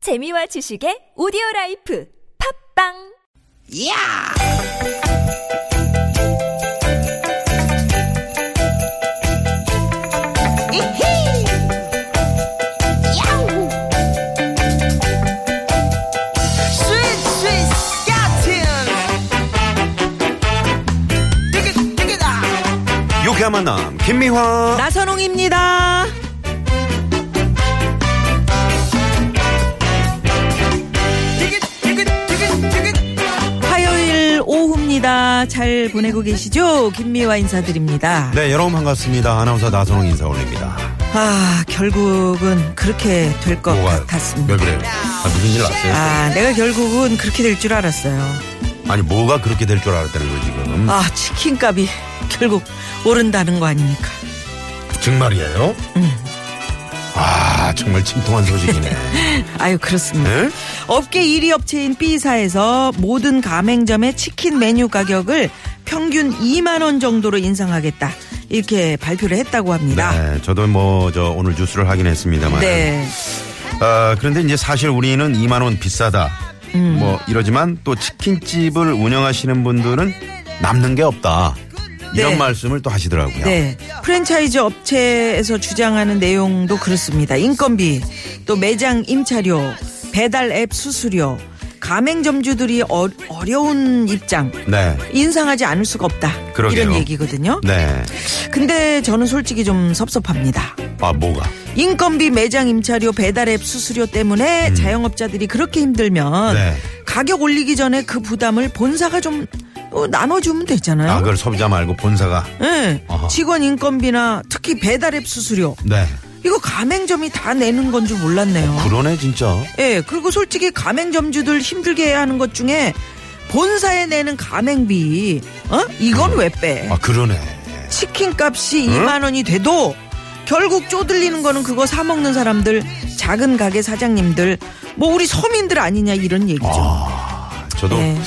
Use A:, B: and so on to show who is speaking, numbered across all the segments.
A: 재미와 지식의 오디오 라이프 팝빵
B: 야! 이히! 야우! 스윗 스윗 야틴! 뜨기 뜨기다!
C: 유쾌한 만남 김미화
D: 나선홍입니다.
B: 뜨기 뜨기 뜨기 뜨기
D: 화요일 오후입니다. 잘 보내고 계시죠? 김미화 인사드립니다.
C: 네 여러분 반갑습니다 아나운서 나선홍 인사 올립니다
D: 아, 결국은 그렇게 될 것
C: 뭐가
D: 어, 같았습니다.
C: 왜 그래요 아, 무슨 일 났어요
D: 아, 내가 결국은 그렇게 될 줄 알았어요.
C: 아니 뭐가 그렇게 될 줄 알았다는 거예요 지금
D: 아, 치킨 값이 결국 오른다는 거 아닙니까?
C: 정말이에요
D: 음.
C: 아 정말 침통한 소식이네
D: 아유, 그렇습니다.
C: 네?
D: 업계 1위 업체인 B사에서 모든 가맹점의 치킨 메뉴 가격을 평균 2만 원 정도로 인상하겠다. 이렇게 발표를 했다고 합니다.
C: 네, 저도 뭐 저 오늘 뉴스를 하긴 했습니다만
D: 네.
C: 아, 그런데 이제 사실 우리는 2만 원 비싸다
D: 음.
C: 뭐 이러지만 또 치킨집을 운영하시는 분들은 남는 게 없다 이런
D: 네.
C: 말씀을 또 하시더라고요
D: 네. 프랜차이즈 업체에서 주장하는 내용도 그렇습니다. 인건비, 또 매장 임차료, 배달 앱 수수료, 가맹점주들이 어, 어려운 입장,
C: 네.
D: 인상하지 않을 수가 없다.
C: 그러게요.
D: 이런 얘기거든요.
C: 네.
D: 근데 저는 솔직히 좀 섭섭합니다.
C: 아 뭐가
D: 인건비, 매장 임차료, 배달 앱 수수료 때문에 자영업자들이 그렇게 힘들면
C: 음. 네.
D: 가격 올리기 전에 그 부담을 본사가 좀 어, 나눠주면 되잖아요.
C: 아 그걸 소비자 말고 본사가
D: 예.
C: 아하.
D: 직원 인건비나 특히 배달앱 수수료
C: 네
D: 이거 가맹점이 다 내는 건 줄 몰랐네요.
C: 아, 그러네 진짜
D: 예, 그리고 솔직히 가맹점주들 힘들게 해야 하는 것 중에 본사에 내는 가맹비, 어? 이건 왜 빼?
C: 아 그러네.
D: 치킨 값이 2만 원이 돼도 결국 쪼들리는 거는 그거 사 먹는 사람들, 작은 가게 사장님들, 뭐 우리 서민들 아니냐 이런 얘기죠.
C: 저도
D: 네.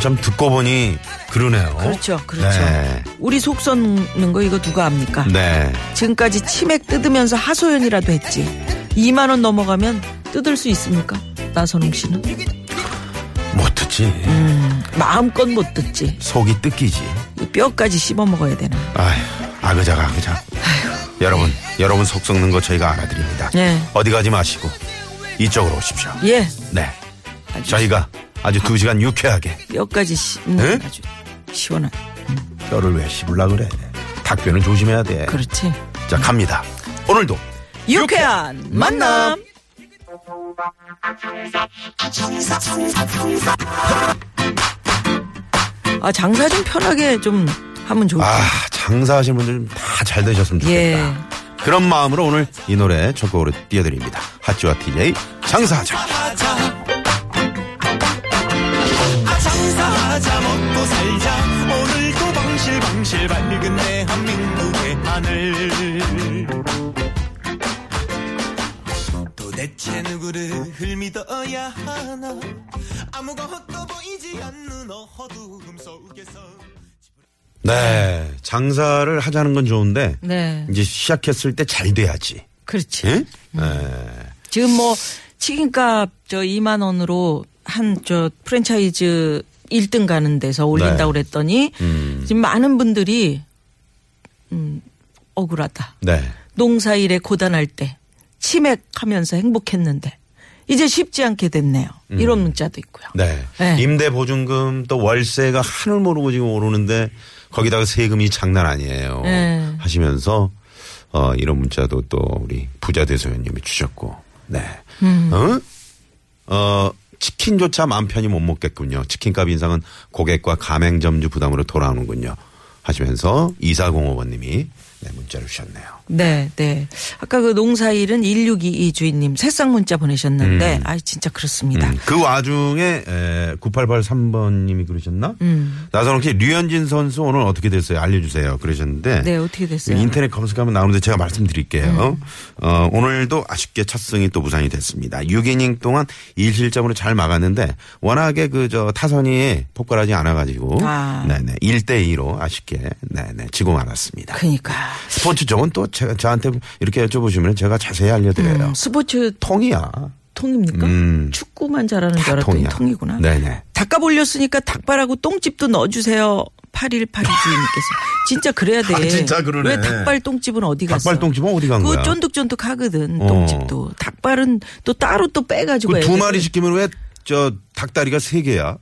C: 참 듣고 보니 그러네요.
D: 그렇죠, 그렇죠.
C: 네.
D: 우리 속 썩는 거 이거 누가 압니까?
C: 네.
D: 지금까지 치맥 뜯으면서 하소연이라도 했지. 2만 원 넘어가면 뜯을 수 있습니까? 나선홍 씨는
C: 못 듣지.
D: 음. 마음껏 못 뜯지.
C: 속이 뜯기지.
D: 이 뼈까지 씹어 먹어야 되나?
C: 아휴, 아그작 아그작. 여러분, 여러분 속 썩는 거 저희가 알아드립니다.
D: 네.
C: 어디 가지 마시고 이쪽으로 오십시오.
D: 예,
C: 네. 저희가 아주 두 시간 유쾌하게
D: 뼈까지 씹는 음,
C: 에?
D: 아주 시원한.
C: 뼈를 왜 씹을라 그래. 답변을 조심해야 돼.
D: 그렇지.
C: 자, 갑니다. 오늘도
D: 유쾌한 만남. 아 장사 좀 편하게 좀 하면 좋을 것 같아요.
C: 아, 장사하시는 분들 다 잘 되셨으면
D: 네. 예.
C: 좋겠다. 그런 마음으로 오늘 이 노래 첫 곡으로 띄워드립니다. 핫지와 TJ 장사하자.
E: 아, 장사하자 먹고 살자 오늘도 방실방실 밝은 대한민국의 하늘 도대체 누구를 믿어야 하나 아무것도 보이지 않는 어두움 속에서
C: 네, 장사를 하자는 건 좋은데
D: 네,
C: 이제 시작했을 때 잘 돼야지.
D: 그렇지.
C: 예?
D: 음. 지금 뭐 치킨값 저 2만 원으로 한 저 프랜차이즈 1등 가는 데서 올린다고
C: 네.
D: 그랬더니
C: 음.
D: 지금 많은 분들이 음 억울하다.
C: 네.
D: 농사일에 고단할 때 치맥하면서 행복했는데 이제 쉽지 않게 됐네요. 이런 문자도 있고요.
C: 음. 네.
D: 네.
C: 임대 보증금 또 월세가 하늘 모르고 지금 오르는데 거기다가 세금이 장난 아니에요.
D: 네.
C: 하시면서 어, 이런 문자도 또 우리 부자 대소연님이 주셨고. 네.
D: 음.
C: 어? 어, 치킨조차 맘 편히 못 먹겠군요. 치킨값 인상은 고객과 가맹점주 부담으로 돌아오는군요. 하시면서 2405번님이 네, 문자를 주셨네요.
D: 네, 네. 아까 그 농사일은 1622 주인님 새싹 문자 보내셨는데 아 진짜 그렇습니다.
C: 음, 그 와중에 9883번님이 그러셨나?
D: 음.
C: 나선홍 씨 류현진 선수 오늘 어떻게 됐어요? 알려주세요. 그러셨는데
D: 네, 어떻게 됐어요? 음.
C: 인터넷 검색하면 나오는데 제가 말씀드릴게요. 어, 오늘도 아쉽게 첫승이 또 무산이 됐습니다. 6이닝 동안 1실점으로 잘 막았는데 워낙에 그 저 타선이 폭발하지 않아가지고
D: 아.
C: 네네 1대 2로 아쉽게 네네 지고 말았습니다.
D: 그러니까
C: 스포츠 쪽은 또 제가 저한테 이렇게 여쭤보시면 제가 자세히 알려드려요.
D: 음, 스포츠
C: 통이야.
D: 통입니까?
C: 음.
D: 축구만 잘하는 줄
C: 다
D: 알았더니
C: 통이야.
D: 통이구나.
C: 네네.
D: 닭값 올렸으니까 닭발하고 똥집도 넣어주세요. 8182 주인님께서. 진짜 그래야 돼.
C: 아, 진짜 그러네.
D: 왜 닭발 똥집은 어디 갔어?
C: 닭발 똥집은 어디 간 거야?
D: 그거 쫀득쫀득 하거든,
C: 어.
D: 똥집도. 닭발은 또 따로 또 빼가지고.
C: 그 두
D: 애들-
C: 마리 시키면 왜 저 닭다리가 세 개야?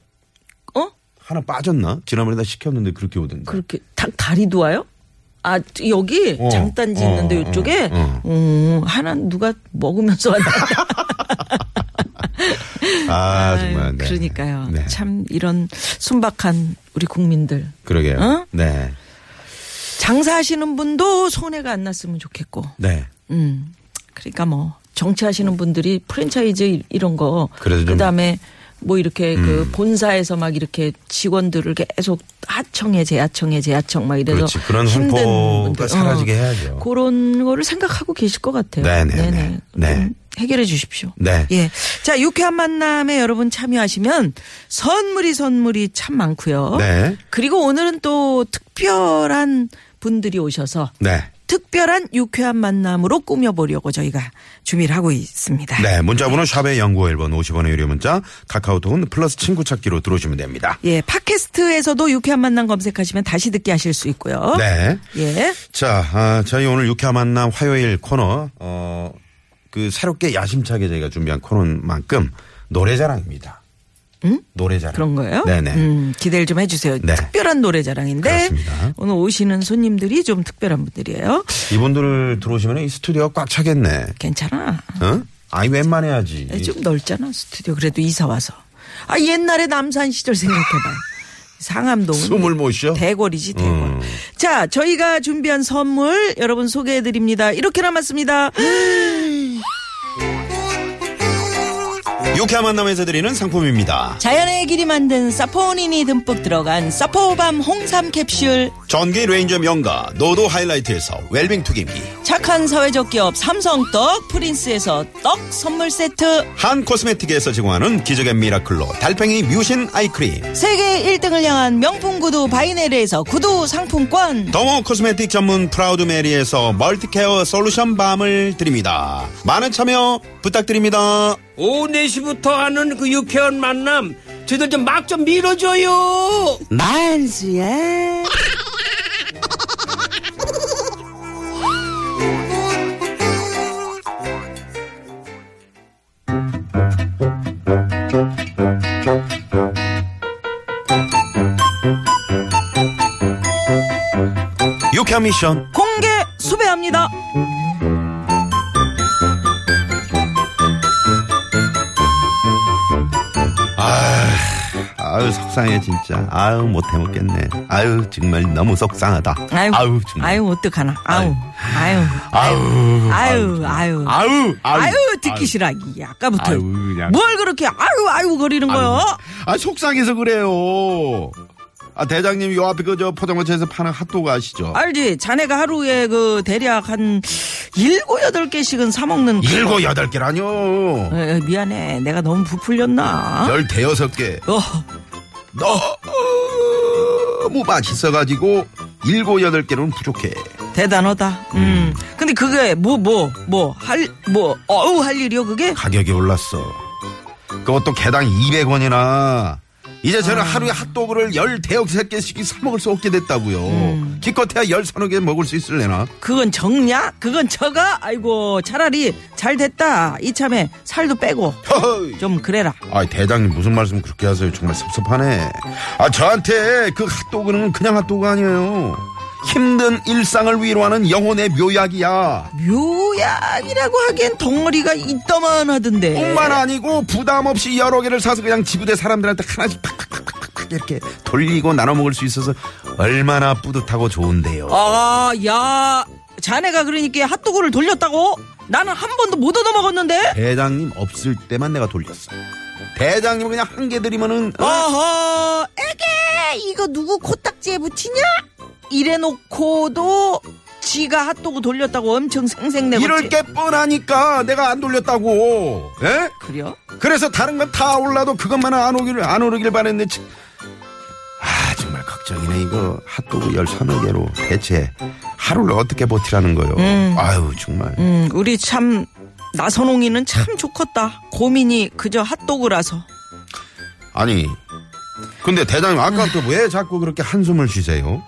D: 어?
C: 하나 빠졌나? 지난번에 나 시켰는데 그렇게 오던데.
D: 그렇게 닭 다리도 와요? 아 여기
C: 어,
D: 장단지
C: 어,
D: 있는데
C: 어,
D: 이쪽에
C: 어.
D: 음, 하나 누가 먹으면서 왔다.
C: 아, 정말. 네.
D: 그- 그러니까요.
C: 네.
D: 참 이런 순박한 우리 국민들
C: 그러게요.
D: 어?
C: 네.
D: 장사하시는 분도 손해가 안 났으면 좋겠고.
C: 네.
D: 음. 그러니까 뭐 정치하시는 분들이 프랜차이즈 이- 이런 거
C: 음. 그래도 좀- 음.
D: 그다음에 뭐 이렇게 그 본사에서 막 이렇게 직원들을 계속 하청해 재하청해 재하청 막 이래서
C: 그렇지. 그런
D: 힘든
C: 횡포가
D: 분들. 어.
C: 사라지게 해야죠.
D: 그런 거를 생각하고 계실 것 같아요.
C: 네네네. 네.
D: 좀 해결해 주십시오.
C: 네.
D: 예. 자, 유쾌한 만남에 여러분 참여하시면 선물이 선물이 참 많고요.
C: 네.
D: 그리고 오늘은 또 특별한 분들이 오셔서
C: 네.
D: 특별한 유쾌한 만남으로 꾸며보려고 저희가 준비를 하고 있습니다.
C: 네. 문자번호 샵의 연구 1번 50원의 유료 문자 카카오톡은 플러스 친구 찾기로 들어오시면 됩니다.
D: 예, 팟캐스트에서도 유쾌한 만남 검색하시면 다시 듣게 하실 수 있고요.
C: 네.
D: 예.
C: 자, 아, 저희 오늘 유쾌한 만남 화요일 코너, 어, 그 새롭게 야심차게 저희가 준비한 코너인 만큼 노래자랑입니다. 응? 노래자랑.
D: 그런 거예요?
C: 네네.
D: 음, 기대를 좀 해주세요.
C: 네.
D: 특별한 노래 자랑인데
C: 그렇습니다.
D: 오늘 오시는 손님들이 좀 특별한 분들이에요.
C: 이분들 들어오시면 이 스튜디오가 꽉 차겠네.
D: 괜찮아.
C: 어? 아이 웬만해야지.
D: 좀 넓잖아 스튜디오. 그래도 이사 와서. 아 옛날에 남산 시절 생각해봐. 상암동.
C: 숨을 못 쉬어?
D: 대궐이지 대궐.
C: 음.
D: 자 저희가 준비한 선물 여러분 소개해드립니다. 이렇게 남았습니다.
C: 유쾌한 만남에서 드리는 상품입니다.
D: 자연의 길이 만든 사포닌이 듬뿍 들어간 사포밤 홍삼 캡슐.
C: 전기 레인저 명가 노도 하이라이트에서 웰빙 투기미.
D: 착한 사회적 기업 삼성떡 프린스에서 떡 선물 세트.
C: 한 코스메틱에서 제공하는 기적의 미라클로 달팽이 뮤신 아이크림.
D: 세계 1등을 향한 명품 구두 바이네르에서 구두 상품권.
C: 더모 코스메틱 전문 프라우드 메리에서 멀티케어 솔루션 밤을 드립니다. 많은 참여 부탁드립니다.
F: 오후 4시부터 하는 그 유쾌한 만남 저희들 좀 막 좀 밀어줘요
C: 유쾌한 미션.
D: 공개 수배합니다.
C: 아유 속상해 진짜. 아유 못해 먹겠네. 아유 정말 너무 속상하다.
D: 아유,
C: 아유
D: 아유,
C: 정말.
D: 어떡하나. 아유, 아유,
C: 아유.
D: 아유, 아유. 아유,
C: 아유.
D: 듣기 싫어. 뭐, 이 아까부터.
C: 아유, 그냥.
D: 뭘 그렇게 아유, 아유 거리는 거요?
C: 아 속상해서 그래요. 아 대장님 요 앞에 그 저 포장마차에서 파는 핫도그 아시죠?
D: 알지? 자네가 하루에 그 대략 한 일곱, 여덟 개씩은 사먹는. 그-
C: 일곱 여덟 개라뇨.
D: 에, 미안해. 내가 너무 부풀렸나?
C: 열 대여섯 개.
D: 어,
C: 너무 맛있어가지고 일곱 여덟 개로는 부족해.
D: 대단하다. 음. 근데 그게 뭐, 뭐, 뭐, 할, 뭐, 어우, 할 일이요, 그게?
C: 가격이 올랐어. 그것도 개당 200원이나. 이제 저는
D: 아.
C: 하루에 핫도그를 열 대여섯 개씩 사 먹을 수 없게 됐다고요.
D: 음.
C: 기껏해야 열 서너 개 먹을 수 있을래나?
D: 그건 적냐? 그건 저가? 아이고, 차라리 잘 됐다. 이참에 살도 빼고.
C: 허허이.
D: 좀 그래라.
C: 아 대장님 무슨 말씀 그렇게 하세요? 정말 섭섭하네. 아 저한테 그 핫도그는 그냥 핫도그 아니에요. 힘든 일상을 위로하는 영혼의 묘약이야.
D: 묘약이라고 하기엔 덩어리가 있다만 하던데.
C: 뿐만 아니고 부담 없이 여러 개를 사서 그냥 지구대 사람들한테 하나씩 팍팍팍팍팍 이렇게 돌리고 나눠 먹을 수 있어서 얼마나 뿌듯하고 좋은데요.
D: 아, 야, 자네가 그러니까 핫도그를 돌렸다고? 나는 한 번도 못 얻어 먹었는데.
C: 대장님 없을 때만 내가 돌렸어. 대장님 그냥 한 개 드리면은 어?
D: 어허, 에게 이거 누구 코딱지에 붙이냐? 이래놓고도 지가 핫도그 돌렸다고 엄청 생색내고.
C: 이럴 게 뻔하니까 내가 안 돌렸다고. 예?
D: 그래요?
C: 그래서 다른 건 다 올라도 그것만은 안 오기를 안 오르길 바랬는데. 참. 아 정말 걱정이네 이거 핫도그 열 서너 개로 대체 하루를 어떻게 버티라는 거요. 아유 정말.
D: 음, 우리 참 나선홍이는 참 좋겠다. 고민이 그저 핫도그라서.
C: 아니. 근데 대장님 아까부터 왜 자꾸 그렇게 한숨을 쉬세요?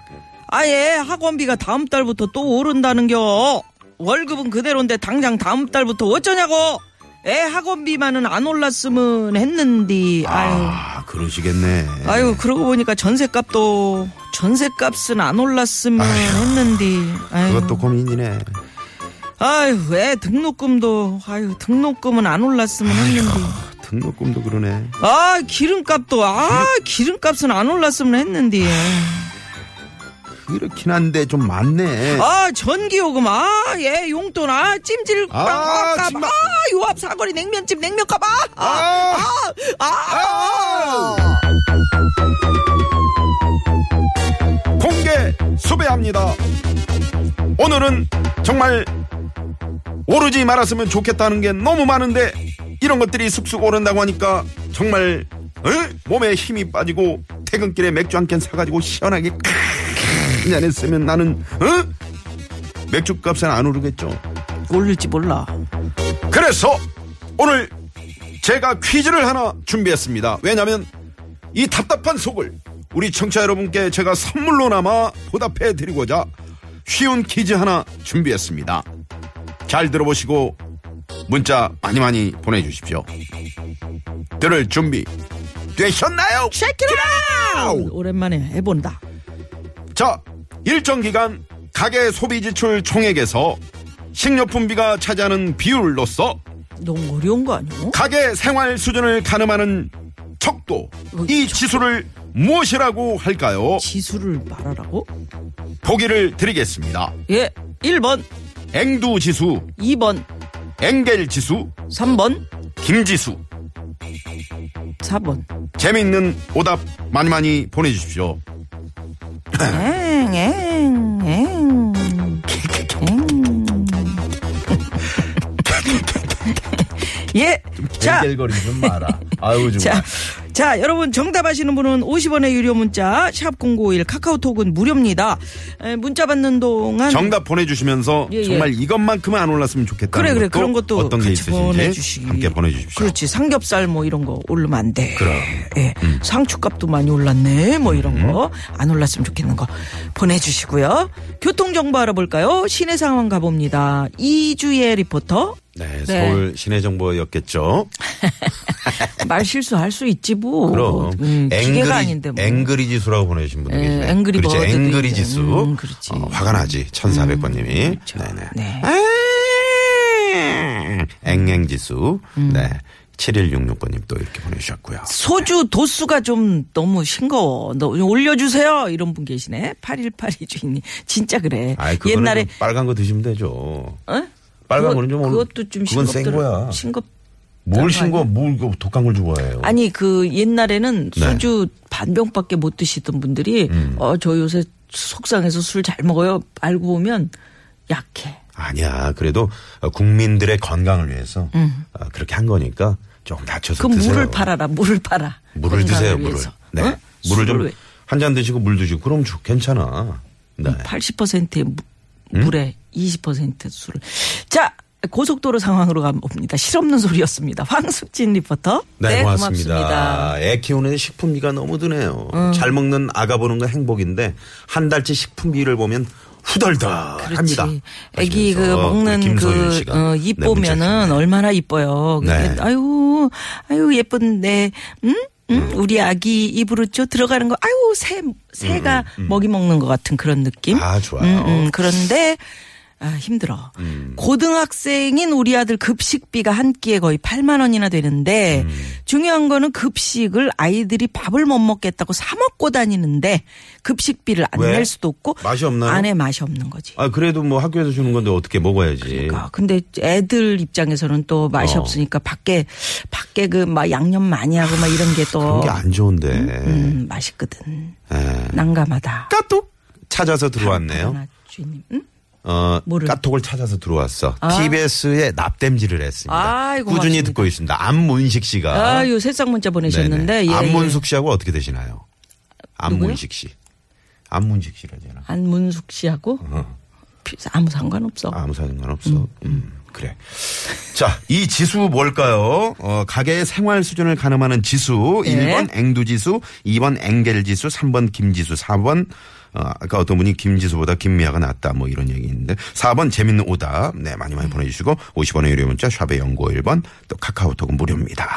D: 아예 학원비가 다음 달부터 또 오른다는겨. 월급은 그대로인데 당장 다음 달부터 어쩌냐고. 애 학원비만은 안 올랐으면 했는디. 아유.
C: 아, 그러시겠네.
D: 아유 그러고 보니까 전세값도 전세값은 안 올랐으면 했는데 아유.
C: 그것도 고민이네.
D: 아유 왜 등록금도 아유 등록금은 안 올랐으면 했는데
C: 등록금도 그러네.
D: 아 기름값도 아 기름값은 안 올랐으면 했는데
C: 아, 이렇긴 한데 좀 많네.
D: 아 전기요금 아 예 용돈 아 찜질값
C: 아,
D: 아,
C: 정말.
D: 요앞 사거리 냉면집 냉면값
C: 아.
D: 아, 아, 아.
C: 공개 수배합니다. 오늘은 정말 오르지 말았으면 좋겠다는 게 너무 많은데 이런 것들이 쑥쑥 오른다고 하니까 정말 어? 몸에 힘이 빠지고 퇴근길에 맥주 한 캔 사가지고 시원하게 그냥 했으면 나는 어? 맥주 값은 안 오르겠죠.
D: 올릴지 몰라
C: 그래서 오늘 제가 퀴즈를 하나 준비했습니다. 왜냐하면 이 답답한 속을 우리 청취자 여러분께 제가 선물로나마 보답해 드리고자 쉬운 퀴즈 하나 준비했습니다. 잘 들어보시고 문자 많이 많이 보내주십시오. 들을 준비 되셨나요? 쉐키라!
D: 오랜만에 해본다
C: 자, 일정 기간 가계 소비 지출 총액에서 식료품비가 차지하는 비율로서
D: 너무 어려운 거 아니야?
C: 가계 생활 수준을 가늠하는 척도
D: 어,
C: 이
D: 척도.
C: 지수를 무엇이라고 할까요?
D: 지수를 말하라고?
C: 보기를 드리겠습니다.
D: 예. 1번,
C: 앵두 지수,
D: 2번,
C: 앵겔 지수,
D: 3번,
C: 김지수.
D: 4번.
C: 재미있는 오답 많이 많이 보내주십시오.
D: 엥, 엥, 엥. 예. 자,
C: 앵겔거리지 좀 마라. 아유
D: 자, 자, 여러분 정답 아시는 분은 50원의 유료 문자 샵 0951 카카오톡은 무료입니다. 에, 문자 받는 동안
C: 정답 보내주시면서
D: 예, 예.
C: 정말 이것만큼은 안 올랐으면 좋겠다.
D: 그래 그래 그런 것도
C: 어떤 게
D: 같이
C: 있으신지
D: 보내주시기 그렇죠.
C: 함께 보내주십시오.
D: 그렇지 삼겹살 뭐 이런 거 오르면 안 돼. 예.
C: 음.
D: 상추값도 많이 올랐네 뭐 이런 거 안 올랐으면 좋겠는 거 보내주시고요. 교통 정보 알아볼까요? 시내 상황 가봅니다. 이주혜 리포터
C: 네,
D: 네.
C: 서울 시내 정보였겠죠.
D: 말 실수할 수 있지 뭐.
C: 그럼
D: 음, 기계가 아닌데 뭐.
C: 앵그리 지수라고 보내주신 분도
D: 예,
C: 계시네.
D: 앵그리
C: 그렇지,
D: 버드도
C: 앵그리
D: 있죠.
C: 지수.
D: 음, 그렇지.
C: 어, 화가 나지. 1,400번님이. 네네. 아!
D: 네.
C: 앵앵 지수.
D: 음.
C: 네. 7166번님 또 이렇게 보내주셨고요.
D: 소주 도수가 좀 너무 싱거워. 너좀 올려주세요. 이런 분 계시네. 8182 주인님. 진짜 그래.
C: 아이, 그거는
D: 옛날에.
C: 좀 빨간 거 드시면 되죠.
D: 어?
C: 빨간
D: 그거-
C: 거는 좀 오늘-
D: 그것도 좀
C: 그건
D: 싱겁.
C: 센 거야.
D: 싱겁.
C: 뭘 신고 뭘 이거 그 독한 걸 좋아해요.
D: 아니 그 옛날에는
C: 네. 음.
D: 소주 반병밖에 못 드시던 분들이 어 저 요새 속상해서 술 잘 먹어요. 알고 보면 약해.
C: 아니야. 그래도 어, 국민들의 건강을 위해서 어, 그렇게 한 거니까 좀 낮춰서
D: 음. 그럼
C: 드세요.
D: 물을 팔아라. 물을 팔아.
C: 물을
D: 건강을
C: 드세요. 물을.
D: 위해서.
C: 네.
D: 어?
C: 물을
D: 술을 왜?
C: 좀 한 잔 드시고 물 드시고 그럼 좋- 괜찮아. 네.
D: 음, 80%의
C: 음?
D: 물에 20% 술을. 자, 고속도로 상황으로 가봅니다. 실없는 소리였습니다. 황숙진 리포터.
C: 네, 고맙습니다. 애 키우는데 식품비가 너무 드네요.
D: 음.
C: 잘 먹는 아가 보는 건 행복인데 한 달치 식품비를 보면 후덜덜
D: 그렇지.
C: 합니다.
D: 애기 그
C: 하시면서 우리
D: 먹는
C: 김소윤
D: 그,
C: 씨가
D: 어,
C: 네,
D: 입
C: 문자
D: 보면은 얼마나 이뻐요.
C: 네.
D: 근데 아유, 아유, 예쁜데, 응?
C: 음.
D: 응? 우리 아기 입으로 쪼 들어가는 거, 아유, 새, 새가 먹이 먹는 것 같은 그런 느낌?
C: 음,
D: 음,
C: 아, 좋아요. 음.
D: 그런데, 아, 힘들어. 고등학생인 우리 아들 급식비가 한 끼에 거의 8만 원이나 되는데
C: 음.
D: 중요한 거는 급식을 아이들이 밥을 못 먹겠다고 사 먹고 다니는데 급식비를 안
C: 왜?
D: 낼 수도 없고
C: 맛이 없나요?
D: 안에 맛이 없는 거지.
C: 아 그래도 뭐 학교에서 주는 건데 어떻게 먹어야지.
D: 그러니까. 근데 애들 입장에서는 또 맛이
C: 예. 어.
D: 없으니까 밖에 밖에 그 막 양념 많이 하고 막 이런
C: 그런
D: 게또
C: 게 안 좋은데.
D: 음, 맛있거든.
C: 예.
D: 난감하다.
C: 까톡 찾아서 들어왔네요.
D: 하나 주인님. 응?
C: 어,
D: 뭐를?
C: 까톡을 찾아서 들어왔어. TBS에 납땜질을 했습니다.
D: 아이고,
C: 꾸준히
D: 고맙습니다.
C: 듣고 있습니다. 안문식 씨가.
D: 아유, 새싹 문자 보내셨는데
C: 네네.
D: 예,
C: 안문숙 씨하고 어떻게 되시나요? 안문식
D: 누구요?
C: 씨. 안문식 씨라잖아. 어.
D: 예. 안문숙 씨하고 비- 아무 상관없어.
C: 아무 상관없어. 음. 그래. 자, 이 지수 뭘까요? 어, 가게의 생활 수준을 가늠하는 지수.
D: 예.
C: 1번 앵두 지수, 2번 앵겔 지수, 3번 김지수, 4번 어, 아까 어떤 분이 김지수보다 김미아가 낫다 뭐 이런 얘기 있는데 4번 재밌는 오답 네 많이 많이 보내주시고 50원의 유료 문자 샵의 연구 1번 또 카카오톡은 무료입니다.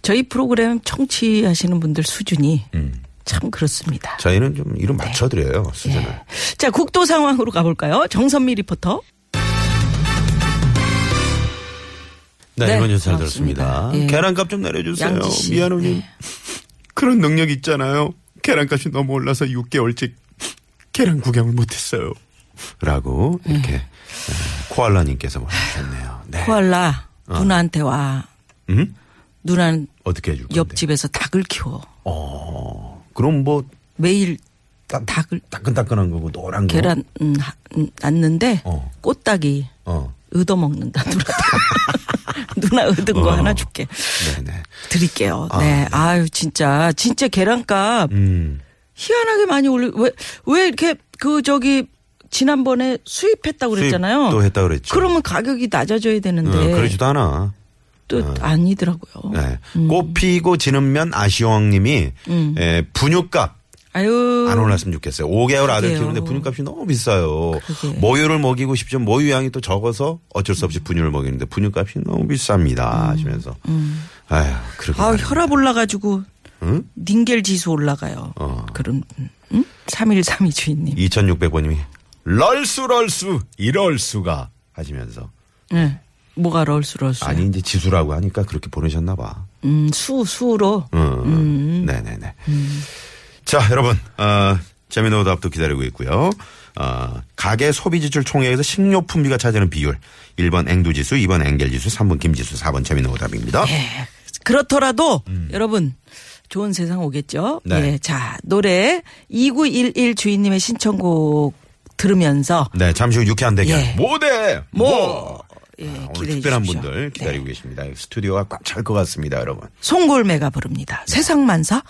D: 저희 프로그램 청취하시는 분들 수준이
C: 음.
D: 참 그렇습니다.
C: 저희는 좀 이름 맞춰드려요 수준을.
D: 자, 국도 상황으로 가볼까요? 정선미 리포터.
C: 네,
D: 네,
C: 이번 뉴스 잘
D: 고맙습니다.
C: 들었습니다.
D: 예.
C: 계란값 좀 내려주세요.
D: 양지 씨.
C: 미안우님.
D: 네.
C: 그런 능력 있잖아요. 계란값이 너무 올라서 6개월씩 계란 구경을 못했어요. 라고 이렇게 어, 코알라님께서 보내주셨네요. 네.
D: 네. 코알라 누나한테 와.
C: 음?
D: 누나는
C: 어떻게 해줄 건데?
D: 옆집에서 닭을 키워.
C: 어, 그럼 뭐
D: 매일
C: 따,
D: 닭을
C: 따끈따끈한 거고 노란 거.
D: 계란 음, 하- 음, 낳는데
C: 어.
D: 꽃닭이
C: 어.
D: 얻어먹는다 누나. 누나 얻은 거
C: 어.
D: 하나 줄게.
C: 네네.
D: 드릴게요.
C: 아,
D: 네. 아유 진짜 진짜 계란값
C: 음.
D: 희한하게 많이 올리 왜 왜 이렇게 그 저기 지난번에 수입했다고 그랬잖아요.
C: 수입도 했다 그랬죠.
D: 그러면 가격이 낮아져야
C: 어,
D: 되는데
C: 그러지도 않아.
D: 또 아니더라고요.
C: 네.
D: 음.
C: 꽃 피고 지는 면 아시왕님이 에, 분유값
D: 아유
C: 안 올랐으면 좋겠어요. 5개월 아들
D: 음. 그러게요.
C: 키우는데 분유값이 너무 비싸요.
D: 그러게. 음.
C: 모유를 먹이고 싶지만 모유 양이 또 적어서 어쩔 수 없이 분유를 먹이는데 분유값이 너무 비쌉니다. 하시면서. 아휴, 그렇게.
D: 음. 아우
C: 말입니다.
D: 혈압 올라가지고
C: 응?
D: 닌겔 지수 올라가요.
C: 어.
D: 그런 응? 3132 주인님.
C: 2600번님이 럴수 럴수 이럴 수가 하시면서
D: 네. 뭐가 럴수 럴수.
C: 아니 이제 지수라고 하니까 그렇게 보내셨나 봐.
D: 음, 수 수로
C: 음. 네네네.
D: 음.
C: 자 여러분 어, 재미난 오답도 기다리고 있고요. 어, 가계 소비 지출 총액에서 식료품비가 차지하는 비율 1번 앵두지수, 2번 앵겔지수, 3번 김지수, 4번 재미난 오답입니다.
D: 네. 예. 그렇더라도 여러분 좋은 세상 오겠죠.
C: 음. 네.
D: 예. 자, 노래 2911 주인님의 신청곡 들으면서
C: 네 잠시 후 유쾌한 대결
D: 예.
C: 모대
D: 뭐 예,
C: 아, 오늘
D: 기대해
C: 특별한
D: 주십시오.
C: 분들 기다리고
D: 네.
C: 계십니다. 스튜디오가 꽉 찰 것 같습니다, 여러분.
D: 송골매가 부릅니다. 세상만사